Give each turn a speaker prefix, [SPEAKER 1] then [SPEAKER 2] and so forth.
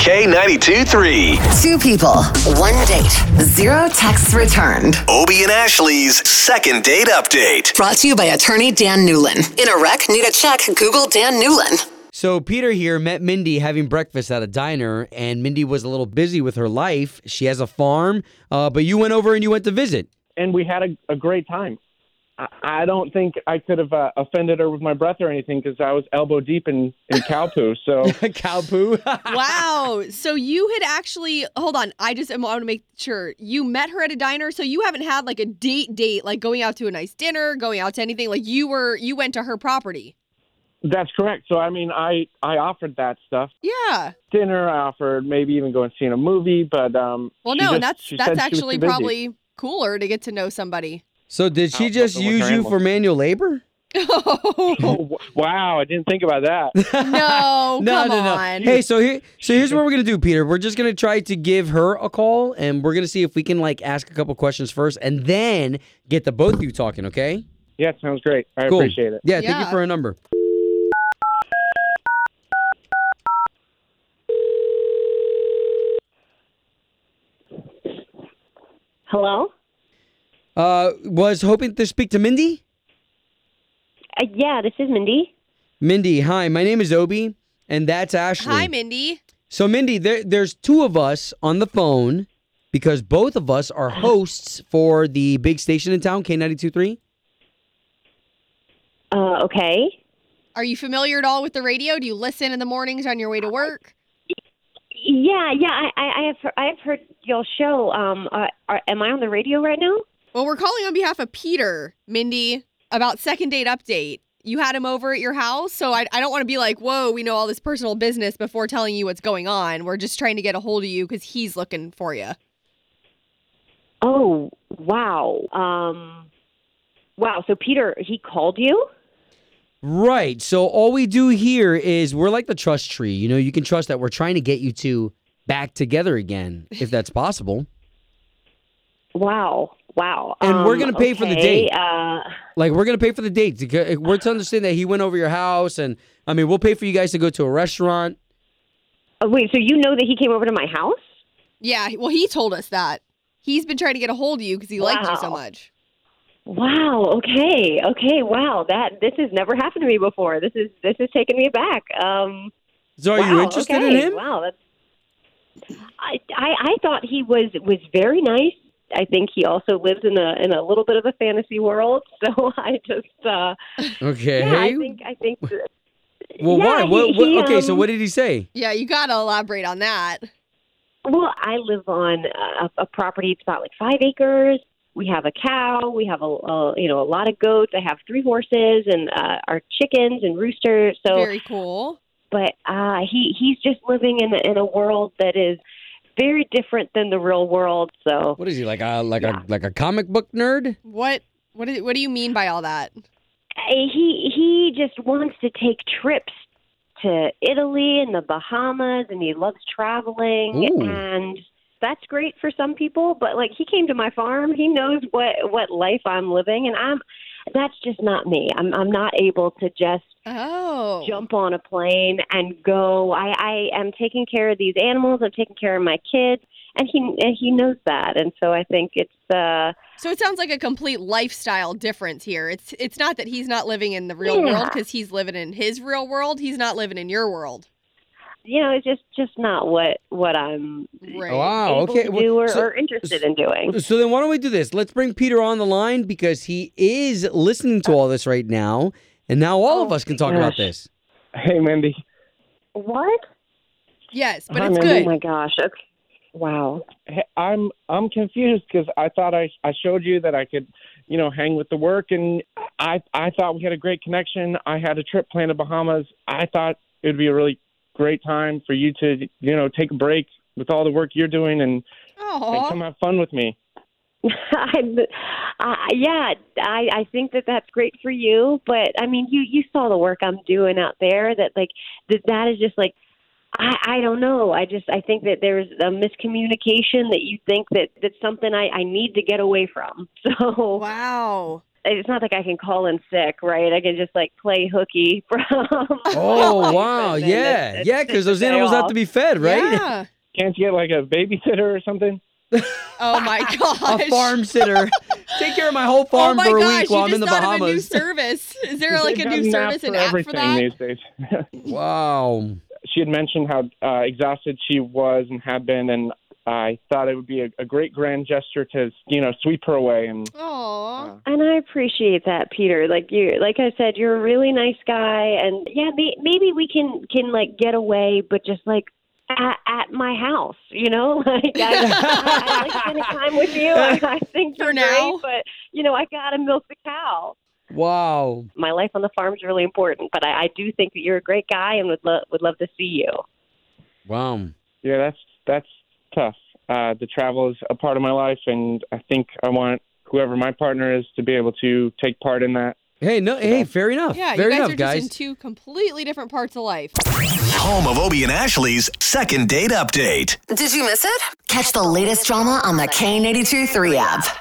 [SPEAKER 1] K92 3.
[SPEAKER 2] Two people, one date, zero texts returned.
[SPEAKER 1] Obie and Ashley's second date update.
[SPEAKER 2] Brought to you by attorney Dan Newlin. In a wreck, need a check, Google Dan Newlin.
[SPEAKER 3] So Peter here met Mindy having breakfast at a diner, and Mindy was a little busy with her life. She has a farm, uh, but you went over and you went to visit.
[SPEAKER 4] and we had a, a great time. I, I don't think I could have uh, offended her with my breath or anything because I was elbow deep in, in cow poo. So
[SPEAKER 3] Cow poo.
[SPEAKER 5] Wow. So you had actually hold on. I just am- I want to make sure you met her at a diner. So you haven't had like a date date, like going out to a nice dinner, going out to anything. Like you were you went to her property.
[SPEAKER 4] that's correct. So I mean, I I offered that stuff,
[SPEAKER 5] Yeah.
[SPEAKER 4] dinner. I offered maybe even going and seeing a movie, but um.
[SPEAKER 5] Well,
[SPEAKER 4] she
[SPEAKER 5] no,
[SPEAKER 4] just-
[SPEAKER 5] and that's
[SPEAKER 4] she said
[SPEAKER 5] that's
[SPEAKER 4] she was
[SPEAKER 5] actually
[SPEAKER 4] too busy.
[SPEAKER 5] probably cooler to get to know somebody.
[SPEAKER 3] so did she
[SPEAKER 4] Oh,
[SPEAKER 3] just
[SPEAKER 4] something with
[SPEAKER 3] use
[SPEAKER 4] her
[SPEAKER 3] you
[SPEAKER 4] animal.
[SPEAKER 3] for manual labor?
[SPEAKER 5] no,
[SPEAKER 4] Oh, w- wow, I didn't think about that.
[SPEAKER 5] come
[SPEAKER 3] no, no, no.
[SPEAKER 5] on.
[SPEAKER 3] Hey, so here, so here's what we're gonna do, Peter. We're just gonna try to give her a call, and we're gonna see if we can like ask a couple questions first, and then get the both of you talking. Okay?
[SPEAKER 4] yeah, sounds great. I
[SPEAKER 3] Cool.
[SPEAKER 4] appreciate it.
[SPEAKER 3] Yeah, Thank you
[SPEAKER 5] Yeah.
[SPEAKER 3] for her number.
[SPEAKER 6] Hello?
[SPEAKER 3] Uh, was hoping to speak to Mindy.
[SPEAKER 6] Uh, yeah, this is Mindy.
[SPEAKER 3] Mindy, hi. My name is Obi, and that's Ashley.
[SPEAKER 5] Hi, Mindy.
[SPEAKER 3] So, Mindy, there, there's two of us on the phone because both of us are hosts for the big station in town, K92.3.
[SPEAKER 6] Uh, okay.
[SPEAKER 5] Are you familiar at all with the radio? Do you listen in the mornings on your way to work?
[SPEAKER 6] Yeah, yeah, I, I, I have he- I have heard your show. Um, uh, are, am I on the radio right now?
[SPEAKER 5] Well, we're calling on behalf of Peter, Mindy, about second date update. You had him over at your house, so I, I don't want to be like, whoa, we know all this personal business before telling you what's going on. We're just trying to get a hold of you because he's looking for you.
[SPEAKER 6] Oh, wow. Um, wow. So Peter, he called you?
[SPEAKER 3] Right. So, all we do here is we're like the trust tree. You know, you can trust that we're trying to get you two back together again, if that's possible.
[SPEAKER 6] Wow. Wow.
[SPEAKER 3] And we're
[SPEAKER 6] Um,
[SPEAKER 3] gonna pay for the
[SPEAKER 6] okay,
[SPEAKER 3] date.
[SPEAKER 6] Uh,
[SPEAKER 3] Like, we're going to pay for the date. to get- We're to understand that he went over your house, and I mean, we'll pay for you guys to go to a restaurant.
[SPEAKER 6] oh, wait. So you know that he came over to my house?
[SPEAKER 5] Yeah, well, he told us that. He's been trying to get a hold of you because he liked you so
[SPEAKER 6] Wow.
[SPEAKER 5] much.
[SPEAKER 6] Wow. Okay. Okay. Wow. That this has never happened to me before. This is this is taking me back. Um.
[SPEAKER 3] So, are you
[SPEAKER 6] Wow,
[SPEAKER 3] interested in
[SPEAKER 6] okay.
[SPEAKER 3] him?
[SPEAKER 6] Wow, that's. I, I I thought he was was very nice. I think he also lives in a in a little bit of a fantasy world. So I just uh,
[SPEAKER 3] Okay.
[SPEAKER 6] yeah, I think I think. that-
[SPEAKER 3] well,
[SPEAKER 6] yeah,
[SPEAKER 3] why?
[SPEAKER 6] he-
[SPEAKER 3] What, what,
[SPEAKER 6] he,
[SPEAKER 3] okay, so
[SPEAKER 6] um,
[SPEAKER 3] what did he say?
[SPEAKER 5] Yeah, you got to elaborate on that.
[SPEAKER 6] Well, I live on a, a property. It's about like five acres. We have a cow. We have a, a you know a lot of goats. I have three horses and uh, our chickens and roosters. So
[SPEAKER 5] Very cool.
[SPEAKER 6] but uh, he he's just living in a, in a world that is very different than the real world. So
[SPEAKER 3] What is he like? A, like
[SPEAKER 6] Yeah.
[SPEAKER 3] a like a comic book nerd?
[SPEAKER 5] What what do, what do you mean by all that?
[SPEAKER 6] uh, he he just wants to take trips to Italy and the Bahamas, and he loves traveling,
[SPEAKER 3] Ooh.
[SPEAKER 6] and that's great for some people. But like he came to my farm, he knows what what life I'm living, and I'm that's just not me. I'm I'm not able to just
[SPEAKER 5] Oh.
[SPEAKER 6] jump on a plane and go. I, I am taking care of these animals. I'm taking care of my kids, and he and he knows that. And so I think it's uh,
[SPEAKER 5] So it sounds like a complete lifestyle difference here. It's it's not that he's not living in the real
[SPEAKER 6] Yeah.
[SPEAKER 5] world because he's living in his real world. He's not living in your world.
[SPEAKER 6] you know it's just just not what what I'm
[SPEAKER 5] Right.
[SPEAKER 3] Wow.
[SPEAKER 6] able
[SPEAKER 3] Okay.
[SPEAKER 6] to
[SPEAKER 3] well,
[SPEAKER 6] do or,
[SPEAKER 3] so,
[SPEAKER 6] or interested in doing.
[SPEAKER 3] so then why don't we do this? Let's bring Peter on the line because he is listening to all this right now, and now all of
[SPEAKER 6] Oh,
[SPEAKER 3] us can talk about
[SPEAKER 6] gosh.
[SPEAKER 3] this.
[SPEAKER 4] Hey, Mindy.
[SPEAKER 6] What?
[SPEAKER 5] Yes, but
[SPEAKER 4] Hi,
[SPEAKER 5] it's
[SPEAKER 4] Mandy.
[SPEAKER 6] Oh
[SPEAKER 5] good.
[SPEAKER 6] my gosh! Okay. Wow.
[SPEAKER 4] Hey, I'm I'm confused because I thought I I showed you that I could, you know, hang with the work, and I I thought we had a great connection. I had a trip planned to Bahamas. I thought it would be a really great time for you to you know take a break with all the work you're doing and, and come
[SPEAKER 5] Oh,
[SPEAKER 4] have fun with me.
[SPEAKER 6] I'm, uh, yeah, I, I think that that's great for you, but I mean, you you saw the work I'm doing out there. That like that that is just like I I don't know. I just I think that there's a miscommunication that you think that that's something I I need to get away from. So
[SPEAKER 5] wow.
[SPEAKER 6] it's not like I can call in sick, right? I can just like play hooky from.
[SPEAKER 3] Oh wow,
[SPEAKER 6] And then
[SPEAKER 3] yeah,
[SPEAKER 6] it's-
[SPEAKER 3] yeah,
[SPEAKER 6] it's
[SPEAKER 3] because those
[SPEAKER 6] day
[SPEAKER 3] animals have
[SPEAKER 6] off.
[SPEAKER 3] to be fed, right?
[SPEAKER 5] Yeah.
[SPEAKER 4] Can't you get like a babysitter or something?
[SPEAKER 5] Oh my gosh.
[SPEAKER 3] A farm sitter. Take care of my whole
[SPEAKER 5] Oh
[SPEAKER 3] farm
[SPEAKER 5] my
[SPEAKER 3] for a
[SPEAKER 5] gosh,
[SPEAKER 3] week while
[SPEAKER 5] you
[SPEAKER 3] I'm in
[SPEAKER 5] just
[SPEAKER 3] the
[SPEAKER 5] thought of a new
[SPEAKER 3] Bahamas.
[SPEAKER 5] service. Is there like a
[SPEAKER 4] They've
[SPEAKER 5] new
[SPEAKER 4] got an app
[SPEAKER 5] service and
[SPEAKER 4] for
[SPEAKER 5] app for
[SPEAKER 4] everything
[SPEAKER 5] that?
[SPEAKER 4] these days.
[SPEAKER 3] Wow.
[SPEAKER 4] she had mentioned how uh, exhausted she was and had been, and I thought it would be a, a great grand gesture to you know sweep her away. And
[SPEAKER 5] Aw.
[SPEAKER 6] And I appreciate that, Peter. Like you, like I said, you're a really nice guy, and yeah, may, maybe we can can like get away, but just like at, at my house, you know. Like I, I, I like spending time with you. I, I think
[SPEAKER 5] For
[SPEAKER 6] you're
[SPEAKER 5] now.
[SPEAKER 6] great, but you know, I gotta milk the cow.
[SPEAKER 3] Wow.
[SPEAKER 6] My life on the farm is really important, but I, I do think that you're a great guy, and would love would love to see you.
[SPEAKER 3] Wow.
[SPEAKER 4] yeah, that's that's tough. Uh, the travel is a part of my life, and I think I want whoever my partner is to be able to take part in that.
[SPEAKER 3] Hey, no, hey, fair enough.
[SPEAKER 5] Yeah,
[SPEAKER 3] fair
[SPEAKER 5] you guys
[SPEAKER 3] enough,
[SPEAKER 5] are just
[SPEAKER 3] guys.
[SPEAKER 5] in two completely different parts of life.
[SPEAKER 1] Home of Obie and Ashley's second date update.
[SPEAKER 2] Did you miss it? Catch the latest drama on the K82 3 app.